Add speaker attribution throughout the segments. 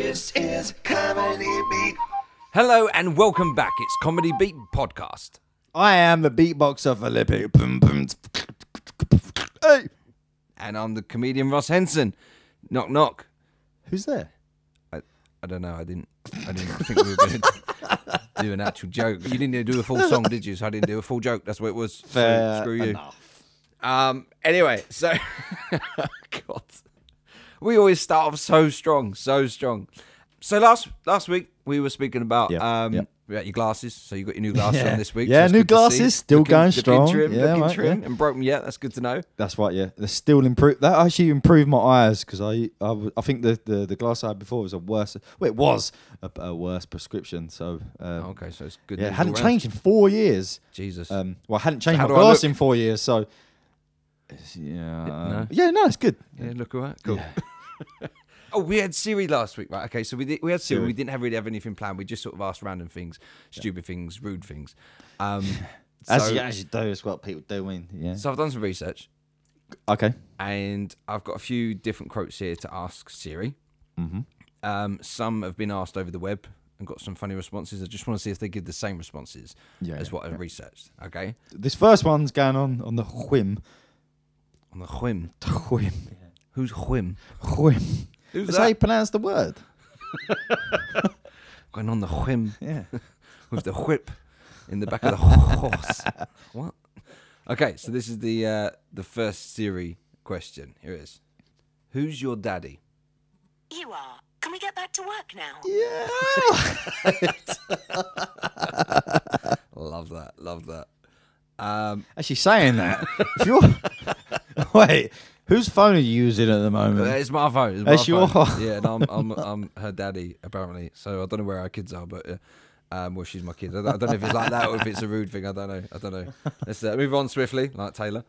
Speaker 1: is Comedy Beat.
Speaker 2: Hello and welcome back. It's Comedy Beat Podcast.
Speaker 3: I am the beatboxer Felipe. Boom, boom. Hey,
Speaker 2: And I'm the comedian Ross Henson. Knock knock.
Speaker 3: who's there?
Speaker 2: I, I don't know, I didn't I didn't think we were gonna do- do an actual joke. You didn't do a full song, did you? So I didn't do a full joke. That's what it was. So
Speaker 3: Fair
Speaker 2: screw you.
Speaker 3: enough.
Speaker 2: Um anyway, so God. We always start off so strong, so strong. So last last week we were speaking about
Speaker 3: Yep,
Speaker 2: um
Speaker 3: yep.
Speaker 2: about your glasses, so you got your new glasses
Speaker 3: Yeah.
Speaker 2: on this week.
Speaker 3: Yeah,
Speaker 2: so it's
Speaker 3: new
Speaker 2: good to see.
Speaker 3: glasses, still
Speaker 2: looking,
Speaker 3: going
Speaker 2: looking
Speaker 3: strong.
Speaker 2: Trim,
Speaker 3: Yeah,
Speaker 2: looking
Speaker 3: mate,
Speaker 2: trim,
Speaker 3: yeah.
Speaker 2: and broken. Yeah, that's good to know.
Speaker 3: That's right. Yeah, they still improved. That actually improved my eyes because I, I, w- I think the, the, the glass I had before was a worse. Well, it was a, a worse prescription. So uh,
Speaker 2: Okay, so it's good.
Speaker 3: yeah, it
Speaker 2: news
Speaker 3: hadn't
Speaker 2: all round.
Speaker 3: changed in four years.
Speaker 2: Jesus.
Speaker 3: Um, well, I hadn't changed
Speaker 2: how
Speaker 3: my
Speaker 2: do I
Speaker 3: glass
Speaker 2: look?
Speaker 3: in four years. So yeah,
Speaker 2: no.
Speaker 3: yeah, no, it's good.
Speaker 2: yeah, look all right. Cool. oh, we had Siri last week, right? Okay, so we did, we had Siri. We didn't have really have anything planned. We just sort of asked random things, stupid things, rude things. Um,
Speaker 3: As
Speaker 2: so,
Speaker 3: you as you do, is what people do. When yeah,
Speaker 2: so I've done some research,
Speaker 3: okay,
Speaker 2: and I've got a few different quotes here to ask Siri.
Speaker 3: Mhm.
Speaker 2: Um, some have been asked over the web and got some funny responses. I just want to see if they give the same responses
Speaker 3: Yeah,
Speaker 2: as
Speaker 3: yeah,
Speaker 2: what I researched. Okay,
Speaker 3: this first one's going on on the whim,
Speaker 2: on the whim.
Speaker 3: whim.
Speaker 2: Who's whim?
Speaker 3: Whim.
Speaker 2: Who's
Speaker 3: That's
Speaker 2: that?
Speaker 3: how you pronounce the word.
Speaker 2: Going on the whim.
Speaker 3: Yeah.
Speaker 2: with the whip in the back of the horse. what? Okay, so this is the uh, the first Siri question. Here it is. Who's your daddy?
Speaker 4: You are. Can we get back to work now?
Speaker 3: Yeah.
Speaker 2: Love that. Love that. Um,
Speaker 3: Actually, saying that, if you're wait, whose phone are you using at the moment?
Speaker 2: uh, it's my phone. It's my
Speaker 3: That's your-
Speaker 2: phone. Yeah, and I'm, I'm I'm her daddy apparently. So I don't know where our kids are, but. Uh, um, well, she's my kid. I don't, I don't know if it's like that or if it's a rude thing. I don't know. I don't know. Let's uh, move on swiftly, like Taylor.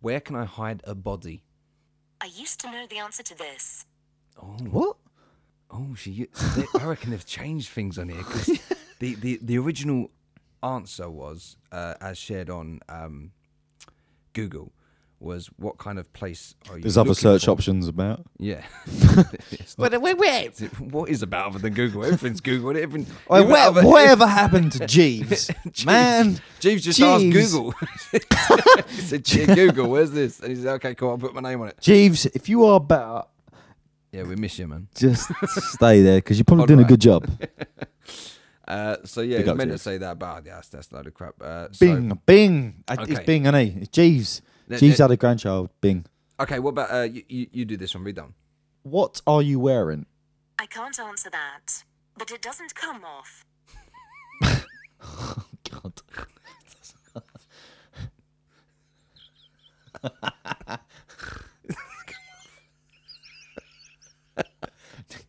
Speaker 2: Where can I hide a body?
Speaker 4: I used to know the answer to this.
Speaker 2: Oh,
Speaker 3: What?
Speaker 2: Oh, she. so They, I reckon they've changed things on here because the, the, the original answer was, uh, as shared on um, Google, was what kind of place are you?
Speaker 3: There's other
Speaker 2: looking
Speaker 3: search
Speaker 2: for?
Speaker 3: options about.
Speaker 2: Yeah. It's not-
Speaker 3: Wait, wait, wait.
Speaker 2: what is about other than Google? Everything's Google. and Everything. even
Speaker 3: where-
Speaker 2: other-
Speaker 3: whatever happened to Jeeves?
Speaker 2: Jeeves-
Speaker 3: Man,
Speaker 2: Jeeves just asked
Speaker 3: Jeeves.
Speaker 2: Google. he said, "Yeah, Google, where's this? And he said, okay, cool, I'll put my name on it.
Speaker 3: Jeeves, if you are better,
Speaker 2: Yeah, we miss you, man.
Speaker 3: just stay there because you're probably
Speaker 2: All
Speaker 3: doing
Speaker 2: right.
Speaker 3: a good job.
Speaker 2: Uh, so, yeah,
Speaker 3: Big
Speaker 2: it's
Speaker 3: up,
Speaker 2: meant to
Speaker 3: Jeeves.
Speaker 2: say that, but yeah, that's, that's a load of crap. Uh, so-
Speaker 3: Bing, Bing. I-
Speaker 2: Okay.
Speaker 3: It's Bing, and he. It's Jeeves.
Speaker 2: Let-
Speaker 3: Jeeves
Speaker 2: let-
Speaker 3: had a grandchild. Bing.
Speaker 2: Okay, what about uh, you, you? You do this one. Read that one.
Speaker 3: What are you wearing?
Speaker 4: I can't answer that. But it doesn't come off.
Speaker 3: God.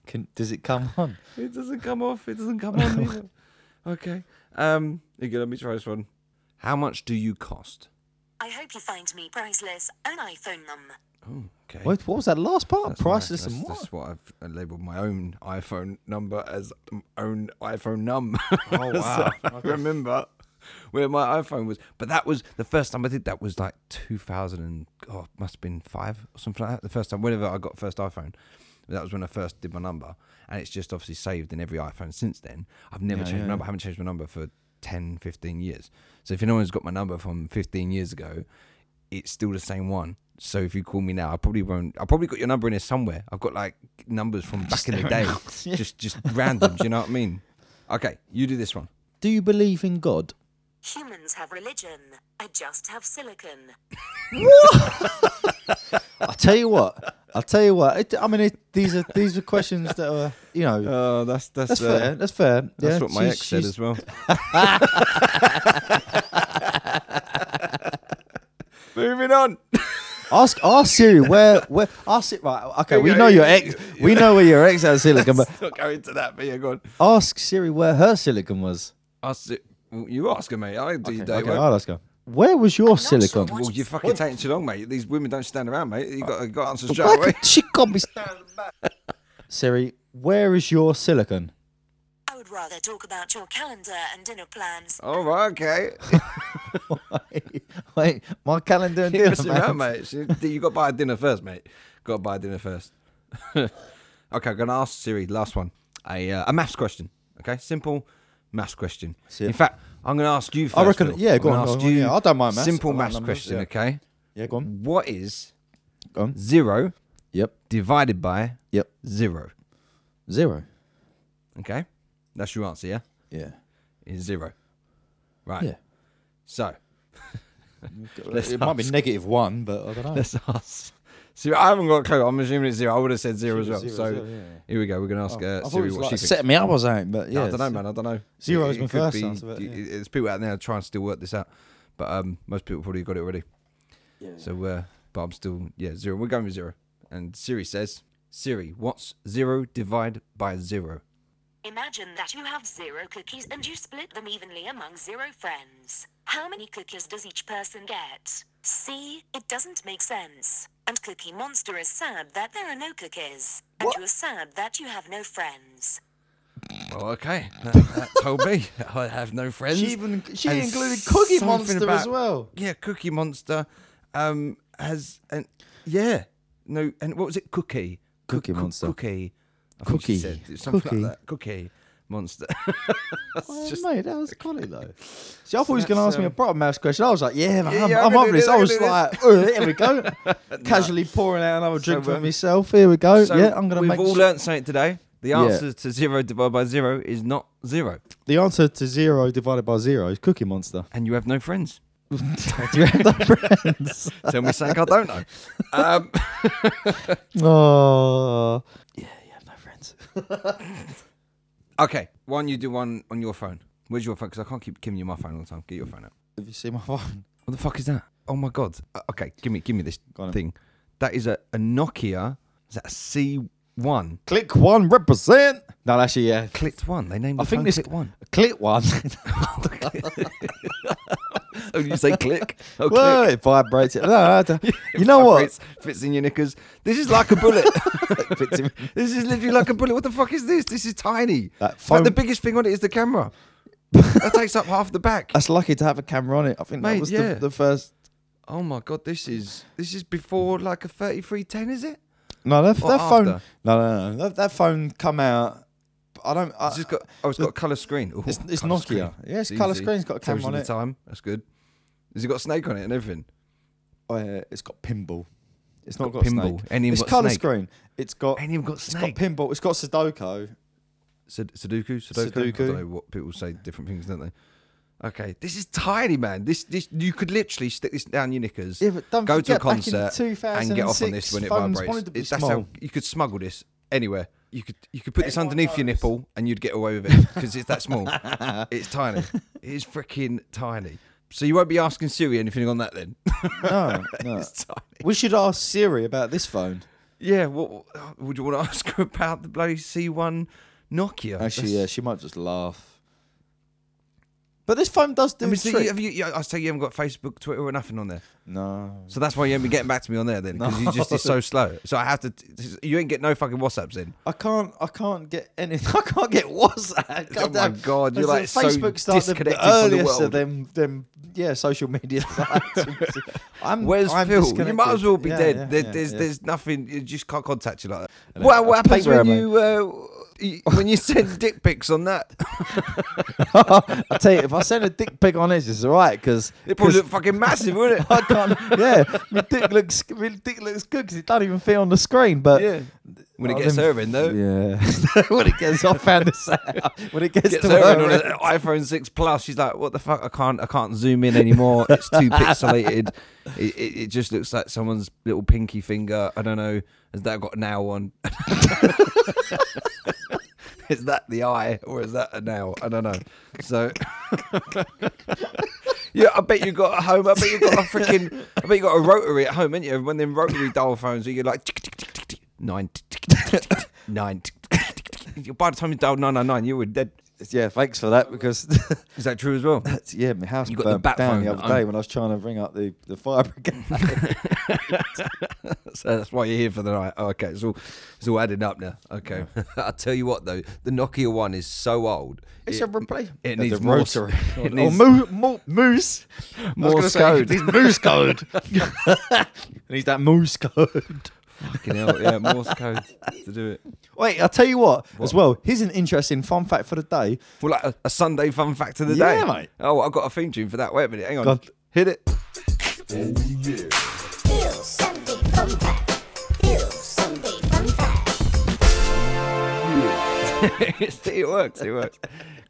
Speaker 3: Can, does it come on?
Speaker 2: It doesn't come off. It doesn't come on. either. Okay. Um. Okay, let me try this one. How much do you cost?
Speaker 4: I hope you find me priceless and I phone them.
Speaker 2: Oh, okay.
Speaker 3: What, what was that last part?
Speaker 2: That's my-
Speaker 3: Priceless
Speaker 2: that's,
Speaker 3: and what?
Speaker 2: That's what I've uh, labelled my own iPhone number as m- own iPhone num.
Speaker 3: Oh,
Speaker 2: So
Speaker 3: wow.
Speaker 2: I remember where my iPhone was, but that was the first time I did that was like 2000 and oh, it must have been five or something like that. The first time, whenever I got first iPhone, that was when I first did my number, and it's just obviously saved in every iPhone since then. I've never
Speaker 3: Yeah,
Speaker 2: changed my
Speaker 3: yeah.
Speaker 2: number. I haven't changed my number for 10, 15 years. So if anyone's got my number from 15 years ago, it's still the same one. So if you call me now, I probably won't. I probably got your number in there somewhere. I've got like numbers from back in the day, just just random. Do you know what I mean? Okay, you do this one.
Speaker 3: Do you believe in God?
Speaker 4: Humans have religion. I just have silicon.
Speaker 3: I'll tell you what. I'll tell you what. It, I mean, it, these are these are questions that are you know.
Speaker 2: Oh, that's that's
Speaker 3: that's fair. That's fair.
Speaker 2: That's
Speaker 3: yeah,
Speaker 2: what my
Speaker 3: she's-
Speaker 2: ex said
Speaker 3: she's-
Speaker 2: as well. Moving on.
Speaker 3: Ask ask Siri where where ask it right. Okay, we
Speaker 2: Yeah,
Speaker 3: know your
Speaker 2: yeah,
Speaker 3: ex. We know where your ex had silicon, but
Speaker 2: Let's not go into that. But yeah, go on.
Speaker 3: ask Siri where her silicon was.
Speaker 2: Ask it- well, you ask her, mate. I do your day
Speaker 3: Okay,
Speaker 2: work.
Speaker 3: I'll ask her. Where was your
Speaker 4: not sure
Speaker 3: silicon?
Speaker 4: what-
Speaker 2: Well, you're fucking taking too long, mate. These women don't stand around, mate. You got got to answer straight
Speaker 3: Why
Speaker 2: away.
Speaker 3: could she can't be standing back. Siri, where is your silicon?
Speaker 4: I would rather talk about your calendar and dinner plans.
Speaker 2: All right, okay.
Speaker 3: Wait, my calendar and
Speaker 2: You're
Speaker 3: dinner,
Speaker 2: messing
Speaker 3: man.
Speaker 2: around, mate. She- You got to buy dinner first, mate. Got to buy dinner first. Okay, I'm gonna ask Siri last one a uh, a maths question. Okay, simple maths question.
Speaker 3: See it.
Speaker 2: In fact, I'm gonna ask you. First,
Speaker 3: I reckon-
Speaker 2: Phil.
Speaker 3: yeah,
Speaker 2: I'm
Speaker 3: go
Speaker 2: gonna
Speaker 3: on, go
Speaker 2: ask
Speaker 3: on,
Speaker 2: you
Speaker 3: yeah, I don't mind maths. I
Speaker 2: Simple
Speaker 3: like
Speaker 2: maths
Speaker 3: numbers,
Speaker 2: question.
Speaker 3: yeah.
Speaker 2: Okay,
Speaker 3: Yeah, go on.
Speaker 2: what is
Speaker 3: Go on.
Speaker 2: zero
Speaker 3: Yep.
Speaker 2: divided by
Speaker 3: Yep.
Speaker 2: zero?
Speaker 3: Zero.
Speaker 2: Okay, that's your answer. Yeah,
Speaker 3: Yeah.
Speaker 2: is zero. Right.
Speaker 3: Yeah.
Speaker 2: So Let's
Speaker 3: It might be
Speaker 2: ask.
Speaker 3: negative one, but I don't know.
Speaker 2: let's ask. Siri. I haven't got a clue. I'm assuming it's zero. I would have said zero as
Speaker 3: Assume
Speaker 2: well.
Speaker 3: it's
Speaker 2: so
Speaker 3: zero, zero, yeah, yeah.
Speaker 2: here we go. We're gonna ask
Speaker 3: I
Speaker 2: uh,
Speaker 3: thought it
Speaker 2: Siri
Speaker 3: was
Speaker 2: what
Speaker 3: like
Speaker 2: she thinks.
Speaker 3: set me up or something, but yeah.
Speaker 2: I don't know, man. I don't know.
Speaker 3: Zero's
Speaker 2: It-
Speaker 3: my
Speaker 2: it could
Speaker 3: first
Speaker 2: be-
Speaker 3: answer, but
Speaker 2: it-
Speaker 3: yeah.
Speaker 2: it- There's people out there trying to still work this out, but um, most people probably got it already. So, uh, but I'm still yeah zero. We're going with zero. And Siri says, Siri, what's zero divide by zero?
Speaker 4: Imagine that you have zero cookies and you split them evenly among zero friends. How many cookies does each person get? See, it doesn't make sense. And Cookie Monster is sad that there are no cookies. And you're sad that you have no friends.
Speaker 2: Well, okay, that, that told me I have no friends.
Speaker 3: She even she
Speaker 2: And
Speaker 3: included Cookie
Speaker 2: something
Speaker 3: Monster as
Speaker 2: about-
Speaker 3: well.
Speaker 2: Yeah, Cookie Monster um has and yeah no and what was it Cookie Coo-
Speaker 3: Cookie
Speaker 2: coo-
Speaker 3: Monster.
Speaker 2: Cookie I think
Speaker 3: Cookie.
Speaker 2: she said something
Speaker 3: Cookie.
Speaker 2: like that Cookie Monster. That's
Speaker 3: Oh,
Speaker 2: just-
Speaker 3: mate, that was quality though. See, I thought he was going to
Speaker 2: that's,
Speaker 3: ask me a
Speaker 2: um,
Speaker 3: proper maths question. I was like, yeah, man,
Speaker 2: yeah,
Speaker 3: I'm,
Speaker 2: I
Speaker 3: I'm
Speaker 2: can
Speaker 3: up
Speaker 2: do
Speaker 3: for this.
Speaker 2: this,
Speaker 3: I
Speaker 2: I
Speaker 3: was
Speaker 2: can do
Speaker 3: like, oh, here we go. Casually pouring out another drink for
Speaker 2: um,
Speaker 3: myself. Here we go. yeah, I'm going to
Speaker 2: we've
Speaker 3: make sure-
Speaker 2: all learnt something today. The answer to zero divided by zero is not zero,
Speaker 3: the answer to zero divided by zero is Cookie Monster.
Speaker 2: and you have no friends.
Speaker 3: Do you have no friends?
Speaker 2: Tell me something I don't know. Um,
Speaker 3: Oh, yeah, you have no friends.
Speaker 2: okay, why don't you do one on your phone? Where's your phone? Because I can't keep giving you my phone all the time. Get your phone out.
Speaker 3: Have you seen my phone?
Speaker 2: What the fuck is that? Oh my god. Uh, okay, give me give me this
Speaker 3: Go on then.
Speaker 2: thing. That is a, a Nokia. Is that a C one?
Speaker 3: Click one, represent. No, actually, yeah.
Speaker 2: Clicked one. They named.
Speaker 3: I
Speaker 2: the
Speaker 3: think
Speaker 2: phone
Speaker 3: this
Speaker 2: Click one.
Speaker 3: Click one.
Speaker 2: Oh, you say click? Oh,
Speaker 3: Whoa,
Speaker 2: click.
Speaker 3: it vibrates. It. No, I don't-
Speaker 2: It
Speaker 3: you know what?
Speaker 2: vibrates, Fits in your knickers. This is like a bullet.
Speaker 3: Fits in-
Speaker 2: This is literally like a bullet. What the fuck is this? This is tiny.
Speaker 3: That
Speaker 2: In fact, the
Speaker 3: phone-
Speaker 2: biggest thing on it is the camera. that takes up half the back.
Speaker 3: That's lucky to have a camera on it. I think that
Speaker 2: Mate,
Speaker 3: was
Speaker 2: yeah.
Speaker 3: the, the first.
Speaker 2: Oh my god, this is this is before like a thirty-three ten, is it?
Speaker 3: No, that,
Speaker 2: Or
Speaker 3: that phone. No,
Speaker 2: after.
Speaker 3: no, no. That, that phone come out. I don't. I,
Speaker 2: It's just got oh, it's got a colour screen. Ooh,
Speaker 3: It's- it's
Speaker 2: colour
Speaker 3: Nokia. Yeah, it's colour
Speaker 2: easy.
Speaker 3: screen, it's got a camera
Speaker 2: Tells you
Speaker 3: on
Speaker 2: the
Speaker 3: it.
Speaker 2: Time that's good. Has it got a snake on it and everything?
Speaker 3: oh, yeah, it's got pinball. It's not got,
Speaker 2: Got pinball,
Speaker 3: Snake.
Speaker 2: and even
Speaker 3: it's
Speaker 2: got
Speaker 3: colour
Speaker 2: snake.
Speaker 3: screen. It's got.
Speaker 2: Ain't even got
Speaker 3: It's got
Speaker 2: snake.
Speaker 3: pinball. It's got Sudoku.
Speaker 2: Sud- Sudoku, Sudoku. I
Speaker 3: Sudoku.
Speaker 2: don't know what people say different things, don't they? Okay, this is tiny, man. This this you could literally stick this down your knickers.
Speaker 3: Yeah, but don't
Speaker 2: go to a
Speaker 3: forget, back in
Speaker 2: concert and get off on this
Speaker 3: 2006,
Speaker 2: when it
Speaker 3: phones
Speaker 2: vibrates.
Speaker 3: wanted to be
Speaker 2: It- that's how
Speaker 3: small.
Speaker 2: you could smuggle this anywhere. You could you could put this underneath your nipple and you'd get away with it because it's that small. it's tiny. It is freaking tiny. So you won't be asking Siri anything on that then.
Speaker 3: No, no.
Speaker 2: it's tiny.
Speaker 3: we should ask Siri about this phone.
Speaker 2: Yeah. What would you want to ask her about the bloody C one Nokia?
Speaker 3: Actually, yeah, she might just laugh. But this phone does do
Speaker 2: I mean,
Speaker 3: its
Speaker 2: so
Speaker 3: trick.
Speaker 2: you, have you, you- I say you haven't got Facebook, Twitter, or nothing on there.
Speaker 3: no.
Speaker 2: So that's why you ain't been getting back to me on there then, because you just is so slow. So I have to. You ain't get no fucking WhatsApps in.
Speaker 3: I can't. I can't get any. I can't get WhatsApp.
Speaker 2: Oh my
Speaker 3: Goddamn.
Speaker 2: God, you're
Speaker 3: Listen,
Speaker 2: like so
Speaker 3: Facebook started
Speaker 2: disconnected
Speaker 3: the
Speaker 2: from the
Speaker 3: earliest
Speaker 2: world.
Speaker 3: of them. Them yeah, social media sites. I'm,
Speaker 2: Where's
Speaker 3: I'm
Speaker 2: Phil? You
Speaker 3: disconnected.
Speaker 2: might as well be
Speaker 3: Yeah,
Speaker 2: dead.
Speaker 3: yeah,
Speaker 2: there,
Speaker 3: yeah,
Speaker 2: there's
Speaker 3: yeah.
Speaker 2: there's nothing. You just can't contact you like that.
Speaker 3: know.
Speaker 2: What what
Speaker 3: I
Speaker 2: happens
Speaker 3: think we're
Speaker 2: when you uh, y- when you send dick pics on that?
Speaker 3: I tell you, if I send a dick pic on this, it's all right because
Speaker 2: It probably look fucking massive, wouldn't it?
Speaker 3: I can't. Yeah, my dick looks my dick looks good because it doesn't even fit on the screen. But
Speaker 2: Yeah. When it
Speaker 3: Oh,
Speaker 2: gets
Speaker 3: them-
Speaker 2: her in though,
Speaker 3: yeah, when it gets, I found this out. When it gets,
Speaker 2: gets
Speaker 3: to
Speaker 2: her in
Speaker 3: her
Speaker 2: on
Speaker 3: end,
Speaker 2: an iPhone six plus. She's like, what the fuck? I can't I can't zoom in anymore. It's too pixelated. It, it, it just looks like someone's little pinky finger. I don't know. Has that got a nail on? is that the eye or is that a nail? I don't know. So Yeah, I bet you got a home. I bet you got a freaking. I bet you got a rotary at home, ain't you? One of them rotary dial phones where you're like tick, tick, tick, tick, tick, nine, tick, tick, tick, tick, tick, nine. tick, tick, tick, tick, tick. By the time you dialed nine nine nine, you were dead.
Speaker 3: yeah, thanks for that because
Speaker 2: Is that true as well?
Speaker 3: that's, yeah, my house
Speaker 2: You got the
Speaker 3: burnt
Speaker 2: bat
Speaker 3: down the
Speaker 2: phone.
Speaker 3: other day when I was trying to ring up the the fire brigade.
Speaker 2: So that's why you're here for the night. Oh, okay, it's all it's all adding up now. Okay, I'll tell you what though, the Nokia one is so old.
Speaker 3: It's
Speaker 2: it,
Speaker 3: a replay.
Speaker 2: It needs more. s- It needs
Speaker 3: or Oh, mo- mo- moose. I was
Speaker 2: Morse
Speaker 3: gonna say,
Speaker 2: code.
Speaker 3: It needs moose code. it needs that moose code.
Speaker 2: Fucking hell, yeah, Morse code to do it.
Speaker 3: Wait, I'll tell you what, as well. Here's an interesting fun fact for the day.
Speaker 2: Well, like a, a Sunday fun fact of the day.
Speaker 3: Yeah, mate.
Speaker 2: Oh, I've got a theme tune for that. Wait a minute, hang on.
Speaker 3: God.
Speaker 2: Hit it.
Speaker 1: Ew, Sunday fun fact. Ew, Sunday fun fact.
Speaker 2: it works, it works.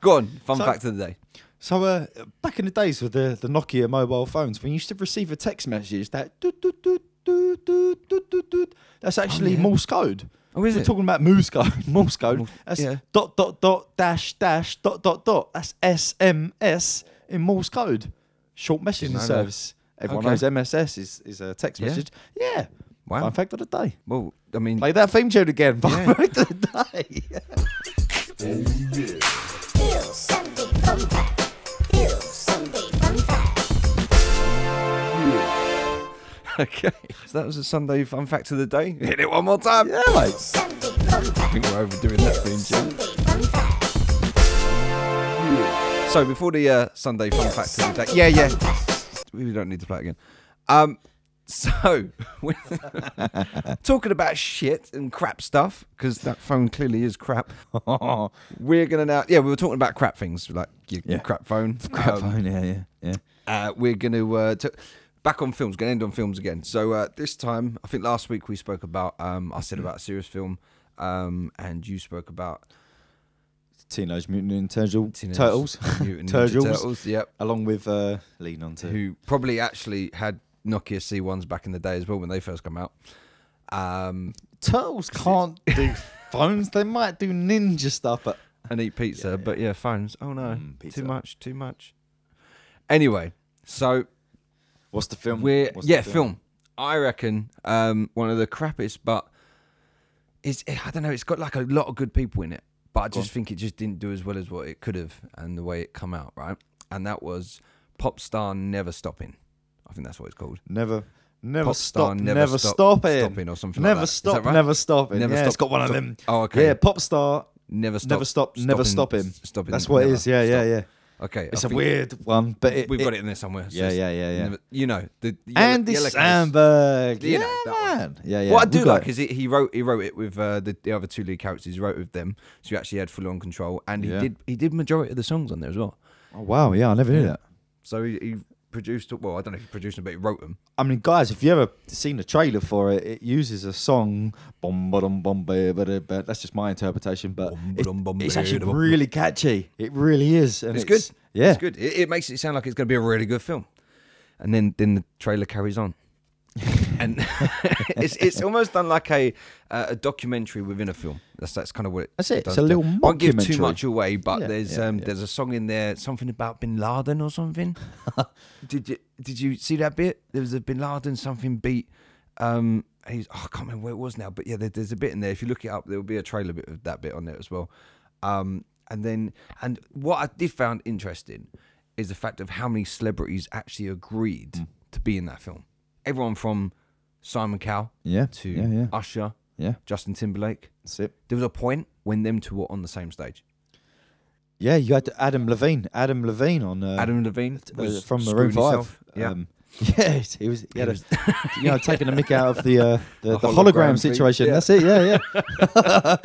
Speaker 2: Go on, fun
Speaker 3: So-
Speaker 2: fact of the day.
Speaker 3: So, uh, back in the days with the, the Nokia mobile phones, when you used to receive a text message that doot, doot, doot, doot, doot, doot, doot, doot, that's actually Morse code.
Speaker 2: Oh, is
Speaker 3: We're
Speaker 2: it?
Speaker 3: talking about Morse code. Morse code. That's
Speaker 2: yeah.
Speaker 3: dot dot dot dash dash dot dot dot. That's SMS in Morse code. Short messaging
Speaker 2: know that.
Speaker 3: service. Everyone
Speaker 2: Okay.
Speaker 3: knows MSS is, is a text
Speaker 2: Yeah.
Speaker 3: message. Yeah.
Speaker 2: Wow.
Speaker 3: Fun fact of the day.
Speaker 2: Well, I mean,
Speaker 3: Play that theme tune again. Fun
Speaker 2: Yeah.
Speaker 3: fact of the day.
Speaker 1: Ew, Sunday fun fact. Ew, Sunday fun fact.
Speaker 2: okay. So that was a Sunday fun fact of the day. Hit it one more time.
Speaker 3: yeah, mate.
Speaker 1: Sunday fun
Speaker 2: I
Speaker 1: fact.
Speaker 2: think we're overdoing that
Speaker 1: Ew,
Speaker 2: theme tune.
Speaker 1: Sunday fun fact.
Speaker 2: So before the uh, Sunday fun fact of the day, yeah, yeah, we don't need to play it again. Um, so we- talking about shit and crap stuff because that phone clearly is crap. Oh. we're gonna now, yeah, we were talking about crap things like your
Speaker 3: Yeah.
Speaker 2: crap phone.
Speaker 3: Crap
Speaker 2: Um,
Speaker 3: phone, yeah, yeah, yeah.
Speaker 2: uh, we're going to uh, t- back on films. Going to end on films again. So uh, this time, I think last week we spoke about. Um, I said about a serious film, um, and you spoke about
Speaker 3: Teenage Mutant Ninja Turtle-
Speaker 2: Teenage
Speaker 3: Turtles.
Speaker 2: Mutant Ninja
Speaker 3: Turtles.
Speaker 2: Turtles, yep.
Speaker 3: Along with uh, Lean On To.
Speaker 2: who probably actually had Nokia C ones back in the day as well when they first come out. Um,
Speaker 3: Turtles can't do phones. They might do ninja stuff, but
Speaker 2: and eat pizza, but yeah, phones. Oh no,
Speaker 3: Mm, pizza.
Speaker 2: too much, too much. Anyway, so
Speaker 3: what's the film?
Speaker 2: We're
Speaker 3: Um, What's the
Speaker 2: yeah, film? I reckon um, one of the crappiest, but it's I don't know. It's got like a lot of good people in it, but I just think it just didn't do as well as what it could have and the way it come out right. And that was pop star never stopping. I think that's what it's called.
Speaker 3: Never, never
Speaker 2: Pop star
Speaker 3: stop,
Speaker 2: never
Speaker 3: never,
Speaker 2: stop-
Speaker 3: stop it.
Speaker 2: stopping or something like
Speaker 3: Never
Speaker 2: that. Is
Speaker 3: stop,
Speaker 2: that right?
Speaker 3: never stop it.
Speaker 2: Never
Speaker 3: yeah,
Speaker 2: stop-
Speaker 3: it's got one of
Speaker 2: stop-
Speaker 3: them.
Speaker 2: Oh, okay.
Speaker 3: Yeah, pop star.
Speaker 2: Never stop.
Speaker 3: never stop, never stop him.
Speaker 2: s- Stopping.
Speaker 3: That's what it
Speaker 2: never
Speaker 3: is. Yeah, yeah,
Speaker 2: stop.
Speaker 3: yeah.
Speaker 2: Okay,
Speaker 3: It's
Speaker 2: a
Speaker 3: a weird one, but it,
Speaker 2: We've got it in there somewhere. so
Speaker 3: Yeah,
Speaker 2: it's
Speaker 3: yeah, yeah, yeah.
Speaker 2: never- you know the the yellow-
Speaker 3: Andy
Speaker 2: yellow case.
Speaker 3: Sandberg.
Speaker 2: You
Speaker 3: Yeah,
Speaker 2: know, that one.
Speaker 3: man. Yeah, yeah.
Speaker 2: what I do
Speaker 3: we've got
Speaker 2: like
Speaker 3: it.
Speaker 2: is he, he wrote he wrote it with uh, the, the other two lead characters. He wrote with them, so you actually had full on control. And he
Speaker 3: Yeah.
Speaker 2: did he did majority of the songs on there as well.
Speaker 3: Oh, wow. Yeah, I never knew that.
Speaker 2: So he, he produced well. I don't know if he produced them, but he wrote them.
Speaker 3: I mean, guys, if you ever seen the trailer for it, it uses a song. Bum, ba-dum, bum, ba, ba-da, ba. That's just my interpretation, but
Speaker 2: Bum,
Speaker 3: it-
Speaker 2: ba-dum, bum,
Speaker 3: it's
Speaker 2: ba,
Speaker 3: actually
Speaker 2: da, bum.
Speaker 3: really catchy. It really is. And
Speaker 2: It's,
Speaker 3: it's,
Speaker 2: good.
Speaker 3: Yeah.
Speaker 2: it's good. It, it makes it sound like it's going to be a really good film. And then then the trailer carries on, and it's it's almost done like a uh, a documentary within a film. That's that's kind of what it,
Speaker 3: That's it.
Speaker 2: does
Speaker 3: It's a little
Speaker 2: do. Won't give too
Speaker 3: mockumentary.
Speaker 2: much away, but
Speaker 3: Yeah,
Speaker 2: there's
Speaker 3: yeah,
Speaker 2: um
Speaker 3: yeah.
Speaker 2: there's a song in there something about Bin Laden or something. did you did you see that bit? There was a Bin Laden something beat. Um, and he's, oh, I can't remember where it was now, but yeah, there, there's a bit in there. If you look it up, there will be a trailer bit of that bit on there as well. Um, and then and what I did found interesting is the fact of how many celebrities actually agreed
Speaker 3: Mm.
Speaker 2: to be in that film. Everyone from Simon Cowell
Speaker 3: Yeah.
Speaker 2: to
Speaker 3: yeah, yeah.
Speaker 2: Usher,
Speaker 3: Yeah.
Speaker 2: Justin Timberlake.
Speaker 3: That's it.
Speaker 2: There was a point when them two were on the same stage.
Speaker 3: Yeah, you had Adam Levine. Adam Levine on. Uh,
Speaker 2: Adam Levine
Speaker 3: uh,
Speaker 2: was
Speaker 3: from Maroon
Speaker 2: screwing
Speaker 3: 5.
Speaker 2: himself. Yeah.
Speaker 3: Um, yes, he was. He
Speaker 2: He
Speaker 3: had
Speaker 2: was-
Speaker 3: a, you know, taking the mick out of the uh, the,
Speaker 2: The
Speaker 3: the
Speaker 2: hologram
Speaker 3: hologram,
Speaker 2: thing,
Speaker 3: situation.
Speaker 2: yeah.
Speaker 3: That's it. Yeah, yeah.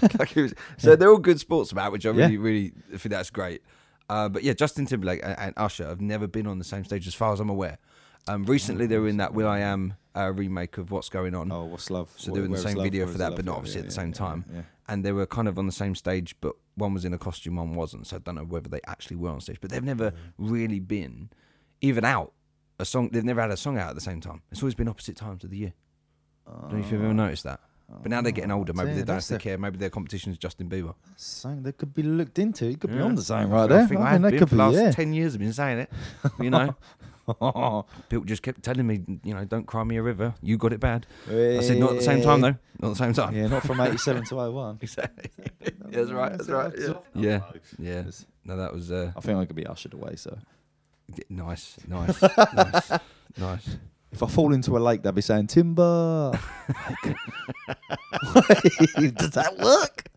Speaker 2: Like it was- so they're all good sports about, which I
Speaker 3: Yeah.
Speaker 2: really, really think that's great. Uh, but yeah, Justin Timberlake and, and Usher have never been on the same stage, as far as I'm aware. Um, recently, they were in that "Will I Am" uh, remake of "What's Going On,"
Speaker 3: oh, what's love?
Speaker 2: so they were in the
Speaker 3: Where is
Speaker 2: same
Speaker 3: love?
Speaker 2: video
Speaker 3: Where
Speaker 2: for
Speaker 3: is
Speaker 2: that,
Speaker 3: love?
Speaker 2: but not
Speaker 3: Yeah,
Speaker 2: obviously at the
Speaker 3: yeah,
Speaker 2: same
Speaker 3: yeah,
Speaker 2: time.
Speaker 3: yeah.
Speaker 2: And they were kind of on the same stage, but one was in a costume, one wasn't. So I don't know whether they actually were on stage, but they've never
Speaker 3: Mm.
Speaker 2: really been even out a song. They've never had a song out at the same time. It's always been opposite times of the year. I don't know if you've ever noticed that. But now they're getting older. Maybe
Speaker 3: dear,
Speaker 2: they don't
Speaker 3: Oh. that's
Speaker 2: actually care. Maybe their competition is Justin Bieber.
Speaker 3: Something that could be looked into. It could be on the same
Speaker 2: I
Speaker 3: right there.
Speaker 2: think
Speaker 3: I
Speaker 2: I
Speaker 3: mean,
Speaker 2: have
Speaker 3: that
Speaker 2: been
Speaker 3: could
Speaker 2: for
Speaker 3: be
Speaker 2: the last
Speaker 3: yeah.
Speaker 2: ten years. I've been saying it. You know, people just kept telling me, you know, don't cry me a river. You got it bad. I said not at the same time
Speaker 3: Eh,
Speaker 2: though. Not at the same time.
Speaker 3: yeah, not from 87 to 01.
Speaker 2: exactly. that's right. That's right. Yeah. Yeah. yeah. No, that was uh,
Speaker 3: I think I could be ushered away. So
Speaker 2: d- nice, nice, nice, nice.
Speaker 3: if I fall into a lake, they'll be saying timber. Like- Does that work?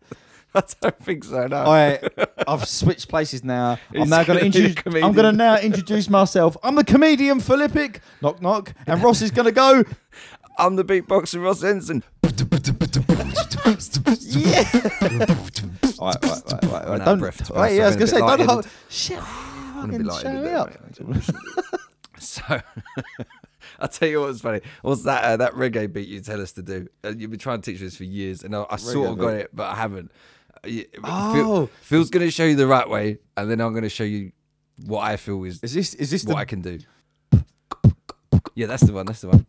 Speaker 2: I don't think so. No.
Speaker 3: All right, I've switched places now.
Speaker 2: He's
Speaker 3: I'm now going to
Speaker 2: gonna be the
Speaker 3: introduce.
Speaker 2: comedian.
Speaker 3: I'm going to now introduce myself. I'm the comedian Philippic. Knock knock. And Ross is going to go.
Speaker 2: I'm the beatboxer Ross Henson.
Speaker 3: Yeah. All right, all right, all right, all right, all
Speaker 2: Run
Speaker 3: right.
Speaker 2: out of
Speaker 3: Don't.
Speaker 2: breath.
Speaker 3: Wait, yeah, I was gonna
Speaker 2: That's
Speaker 3: say,
Speaker 2: a bit
Speaker 3: don't
Speaker 2: lightheaded.
Speaker 3: hold. Shit.
Speaker 2: I'm gonna
Speaker 3: Fucking
Speaker 2: be
Speaker 3: shut
Speaker 2: lightheaded
Speaker 3: me
Speaker 2: there,
Speaker 3: up.
Speaker 2: mate. So, I'll tell you what's funny. What's that? Uh, that reggae beat you tell us to do. Uh, you've been trying to teach us for years, and I, I sort
Speaker 3: Reggae
Speaker 2: of got
Speaker 3: beat.
Speaker 2: it, but I haven't. Uh, yeah, but
Speaker 3: Oh.
Speaker 2: Phil's going to show you the right way, and then I'm going to show you what I feel is,
Speaker 3: Is this? Is this
Speaker 2: what I
Speaker 3: the?
Speaker 2: can do. Yeah, that's the one. That's the one.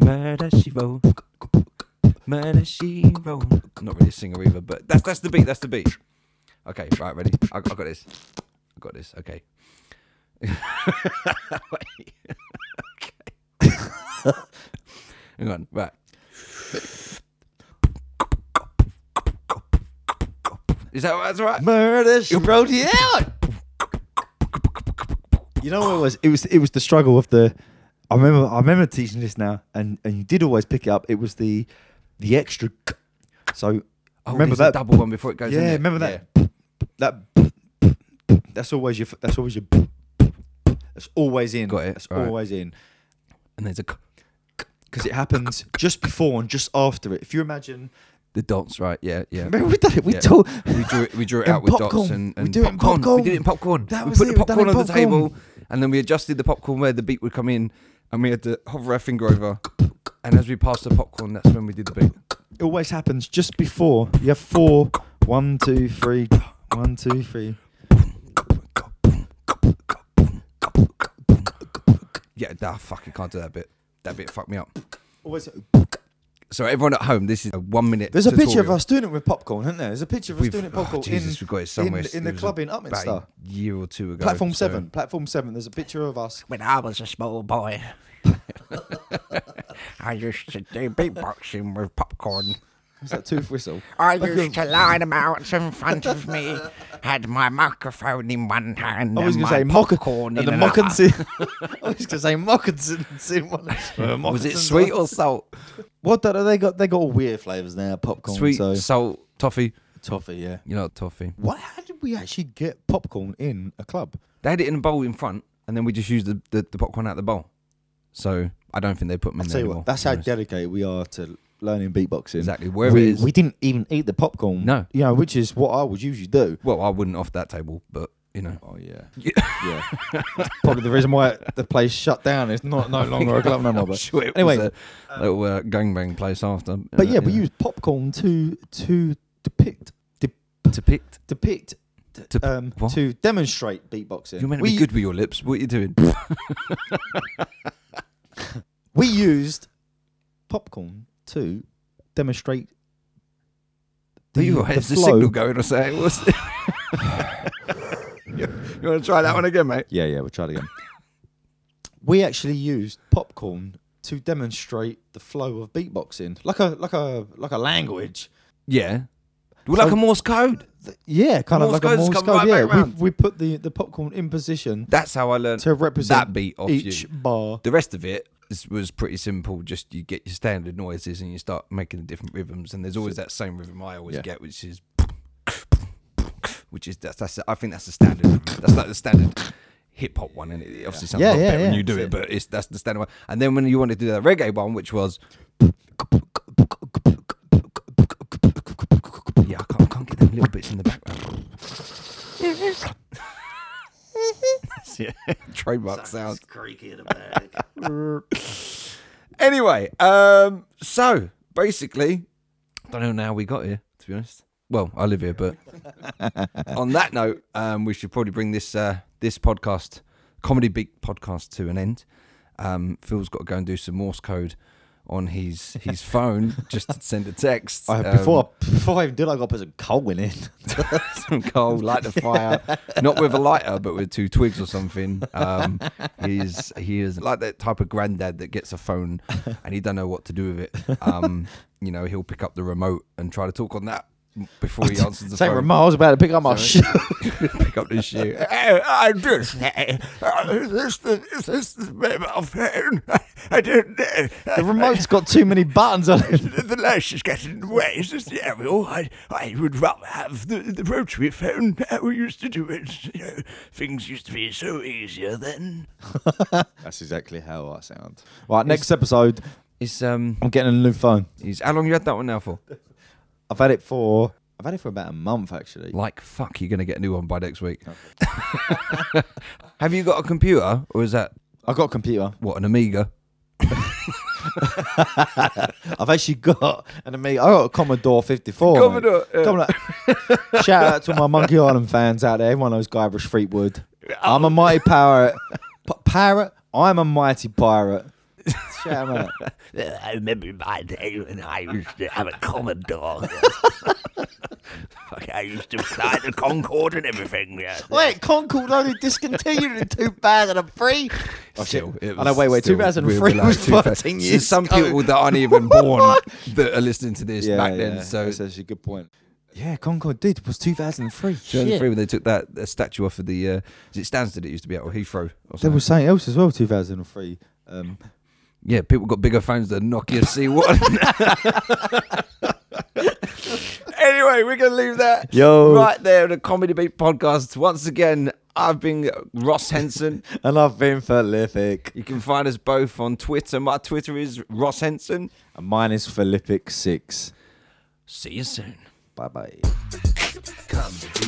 Speaker 2: Murder she wrote. Murder she wrote. I'm not really a singer either, but that's that's the beat. That's the beat. Okay, right, ready. I, I got this. I got this. Okay. Wait. Okay. Hang on. Right. Is that that's all right?
Speaker 3: Murder. She wrote you out. You know what it was? It was. It was the struggle of the. I remember. I remember teaching this now, and and you did always pick it up. It was the, the extra. k- So
Speaker 2: Oh,
Speaker 3: remember
Speaker 2: there's a
Speaker 3: that
Speaker 2: double one before it goes. in
Speaker 3: Yeah,
Speaker 2: there.
Speaker 3: remember
Speaker 2: Yeah.
Speaker 3: that. That. That's always your. That's always your. That's always in.
Speaker 2: Got it,
Speaker 3: That's
Speaker 2: right.
Speaker 3: always in
Speaker 2: And there's a c-
Speaker 3: because it happens just before and just after it. If you imagine,
Speaker 2: the dots, right? Yeah, yeah.
Speaker 3: remember we done it. We
Speaker 2: Yeah.
Speaker 3: told.
Speaker 2: We drew it, we drew it
Speaker 3: And
Speaker 2: out with dots
Speaker 3: popcorn.
Speaker 2: and,
Speaker 3: We
Speaker 2: and
Speaker 3: do it in
Speaker 2: popcorn. We
Speaker 3: popcorn.
Speaker 2: did it in popcorn.
Speaker 3: That
Speaker 2: we
Speaker 3: was
Speaker 2: put
Speaker 3: it,
Speaker 2: the
Speaker 3: we've done
Speaker 2: popcorn
Speaker 3: it
Speaker 2: on
Speaker 3: in
Speaker 2: the
Speaker 3: popcorn.
Speaker 2: table, and then we adjusted the popcorn where the beat would come in, and we had to hover our finger over. And as we passed the popcorn, that's when we did the beat.
Speaker 3: It always happens just before. You have four. One, two, three. One, two, three.
Speaker 2: Yeah, nah, fuck, I can't do that bit. That bit fucked me up.
Speaker 3: Always.
Speaker 2: So everyone at home, this is a one minute.
Speaker 3: There's a picture of
Speaker 2: tutorial.
Speaker 3: us doing it with popcorn, isn't there? There's a picture of us
Speaker 2: We've-
Speaker 3: doing it with
Speaker 2: oh,
Speaker 3: popcorn
Speaker 2: Jesus,
Speaker 3: in,
Speaker 2: we got it somewhere.
Speaker 3: in, in the
Speaker 2: It was
Speaker 3: club in
Speaker 2: about
Speaker 3: Upminster.
Speaker 2: a year or two ago.
Speaker 3: Platform
Speaker 2: so-
Speaker 3: seven. Platform seven. There's a picture of us.
Speaker 5: When I was a small boy, I used to do beatboxing with popcorn.
Speaker 3: Is that tooth whistle?
Speaker 5: I used to line them out in front of me, had my microphone in one hand.
Speaker 3: I was
Speaker 5: and
Speaker 3: going to say
Speaker 5: my
Speaker 3: mock
Speaker 5: popcorn
Speaker 3: and
Speaker 5: in
Speaker 3: the
Speaker 5: another.
Speaker 3: mockinson. I was going to say mockinson's in one. Uh,
Speaker 2: Was it
Speaker 3: Mockinson's
Speaker 2: sweet
Speaker 3: on-
Speaker 2: or salt?
Speaker 3: What do they got? They got all weird flavors now. Popcorn,
Speaker 2: Sweet,
Speaker 3: so
Speaker 2: salt, toffee.
Speaker 3: toffee. Yeah.
Speaker 2: You know toffee.
Speaker 3: What? How did we actually get popcorn in a club?
Speaker 2: They had it in a bowl in front, and then we just used the, the, the popcorn out the bowl. So I don't think they put them in
Speaker 3: Tell
Speaker 2: there
Speaker 3: you
Speaker 2: anymore.
Speaker 3: what, that's
Speaker 2: to be
Speaker 3: how
Speaker 2: honest.
Speaker 3: dedicated we are to learning beatboxing.
Speaker 2: Exactly, wherever
Speaker 3: we,
Speaker 2: it is.
Speaker 3: we didn't even eat the popcorn.
Speaker 2: No.
Speaker 3: You know, which is what I would usually do.
Speaker 2: Well, I wouldn't off that table, but you know,
Speaker 3: Oh yeah.
Speaker 2: Yeah.
Speaker 3: Yeah. That's probably the reason why the place shut down. It's not no longer a club no more.
Speaker 2: I'm
Speaker 3: But
Speaker 2: sure it
Speaker 3: anyway,
Speaker 2: was a little uh, gangbang place after.
Speaker 3: but
Speaker 2: uh,
Speaker 3: yeah, we
Speaker 2: you know.
Speaker 3: used popcorn to to depict de-
Speaker 2: depict.
Speaker 3: depict d-
Speaker 2: To-
Speaker 3: um,
Speaker 2: what?
Speaker 3: to demonstrate beatboxing.
Speaker 2: You're meant to
Speaker 3: we
Speaker 2: be good with your lips. What are you doing?
Speaker 3: we used popcorn to demonstrate
Speaker 2: Are you
Speaker 3: the,
Speaker 2: alright?
Speaker 3: the
Speaker 2: Is the
Speaker 3: flow.
Speaker 2: signal going or something? What's- you you want to try that one again, mate?
Speaker 3: Yeah, yeah, we'll try it again. we actually used popcorn to demonstrate the flow of beatboxing, like a like a like a language.
Speaker 2: Yeah. Well, like
Speaker 3: So-
Speaker 2: a Morse code.
Speaker 3: Th- Yeah, kind
Speaker 2: Morse
Speaker 3: of like a
Speaker 2: code's
Speaker 3: Morse
Speaker 2: come
Speaker 3: code.
Speaker 2: right
Speaker 3: yeah, we,
Speaker 2: back round.
Speaker 3: we put the the popcorn in position
Speaker 2: That's how I learned
Speaker 3: to represent
Speaker 2: that beat off
Speaker 3: each
Speaker 2: you.
Speaker 3: bar.
Speaker 2: The rest of it is, was pretty simple. Just you get your standard noises and you start making the different rhythms. And there's always that same rhythm I always
Speaker 3: Yeah.
Speaker 2: get, which is, which is that's, that's I think that's the standard. rhythm. That's like the standard hip hop one, and it obviously sounds
Speaker 3: Yeah,
Speaker 2: a lot
Speaker 3: yeah,
Speaker 2: better when
Speaker 3: yeah,
Speaker 2: you do
Speaker 3: that's
Speaker 2: it,
Speaker 3: it.
Speaker 2: but it's that's the standard one. And then when you want to do that reggae one, which was yeah, I can't, I can't get them little bits in the background. yeah, trademark sound. Anyway, um, so basically, I don't know how we got here, to be honest. Well, I live here, but on that note, um, we should probably bring this uh, this podcast, comedy beat podcast, to an end. Um, Phil's got to go and do some Morse code on his his phone just to send a text.
Speaker 3: I,
Speaker 2: um,
Speaker 3: before I, before I even did, I got to put some coal in it.
Speaker 2: some coal, light the fire, not with a lighter, but with two twigs or something. Um, he's he is like that type of granddad that gets a phone and he don't know what to do with it. Um, you know, he'll pick up the remote and try to talk on that before he answers the
Speaker 3: Saint
Speaker 2: phone.
Speaker 3: Ramon, I was about to pick up my shit.
Speaker 2: pick up this shoe.
Speaker 5: I just this this this is my phone. I uh, don't know.
Speaker 3: The remote's got too many buttons on it.
Speaker 5: The, the lash is getting in the way. Is this the aerial? I, I would rather have the, the rotary phone. How we used to do it. You know, things used to be so easier then.
Speaker 3: That's exactly how I sound. Right, next episode,
Speaker 2: It's um.
Speaker 3: I'm getting a new phone.
Speaker 2: It's, how long you had that one now for?
Speaker 3: I've had it for I've had it for about a month actually.
Speaker 2: Like fuck, you're gonna get a new one by next week. Have you got a computer, or is that
Speaker 3: I got a computer.
Speaker 2: what an Amiga?
Speaker 3: I've actually got an Amiga. I got a Commodore 54. mate.
Speaker 2: Commodore, yeah.
Speaker 3: Commodore. Shout out to all my Monkey Island fans out there. Everyone knows Guybrush Fleetwood. I'm a mighty pirate. P- pirate. I'm a mighty pirate. Shout 'em out.
Speaker 5: Uh, I remember my day when I used to have a Commodore. Fuck, I used to fly the Concorde and everything. Yeah.
Speaker 3: Wait, Concord only discontinued in 2003. Oh, shit.
Speaker 2: Still, it
Speaker 3: I know, wait, wait,
Speaker 2: still
Speaker 3: 2003
Speaker 2: real, like,
Speaker 3: was 13
Speaker 2: 2000.
Speaker 3: years
Speaker 2: Some
Speaker 3: ago.
Speaker 2: people that aren't even born that are listening to this back then. So
Speaker 3: that's actually a good point. Yeah, Concord did. It was 2003.
Speaker 2: 2003
Speaker 3: Shit.
Speaker 2: when they took that uh, statue off of the uh, is it Stansted it used to be at or Heathrow. Or
Speaker 3: There
Speaker 2: something.
Speaker 3: was something else as well, 2003. Um,
Speaker 2: yeah, people got bigger phones than Nokia C1. anyway, we're gonna leave that
Speaker 3: Yo.
Speaker 2: right there on the Comedy Beat podcast. Once again, I've been Ross Henson.
Speaker 3: and I've been prolific.
Speaker 2: You can find us both on Twitter. My Twitter is Ross Henson.
Speaker 3: And mine is Philippic 6.
Speaker 2: See you soon.
Speaker 3: Bye bye.
Speaker 2: Comedy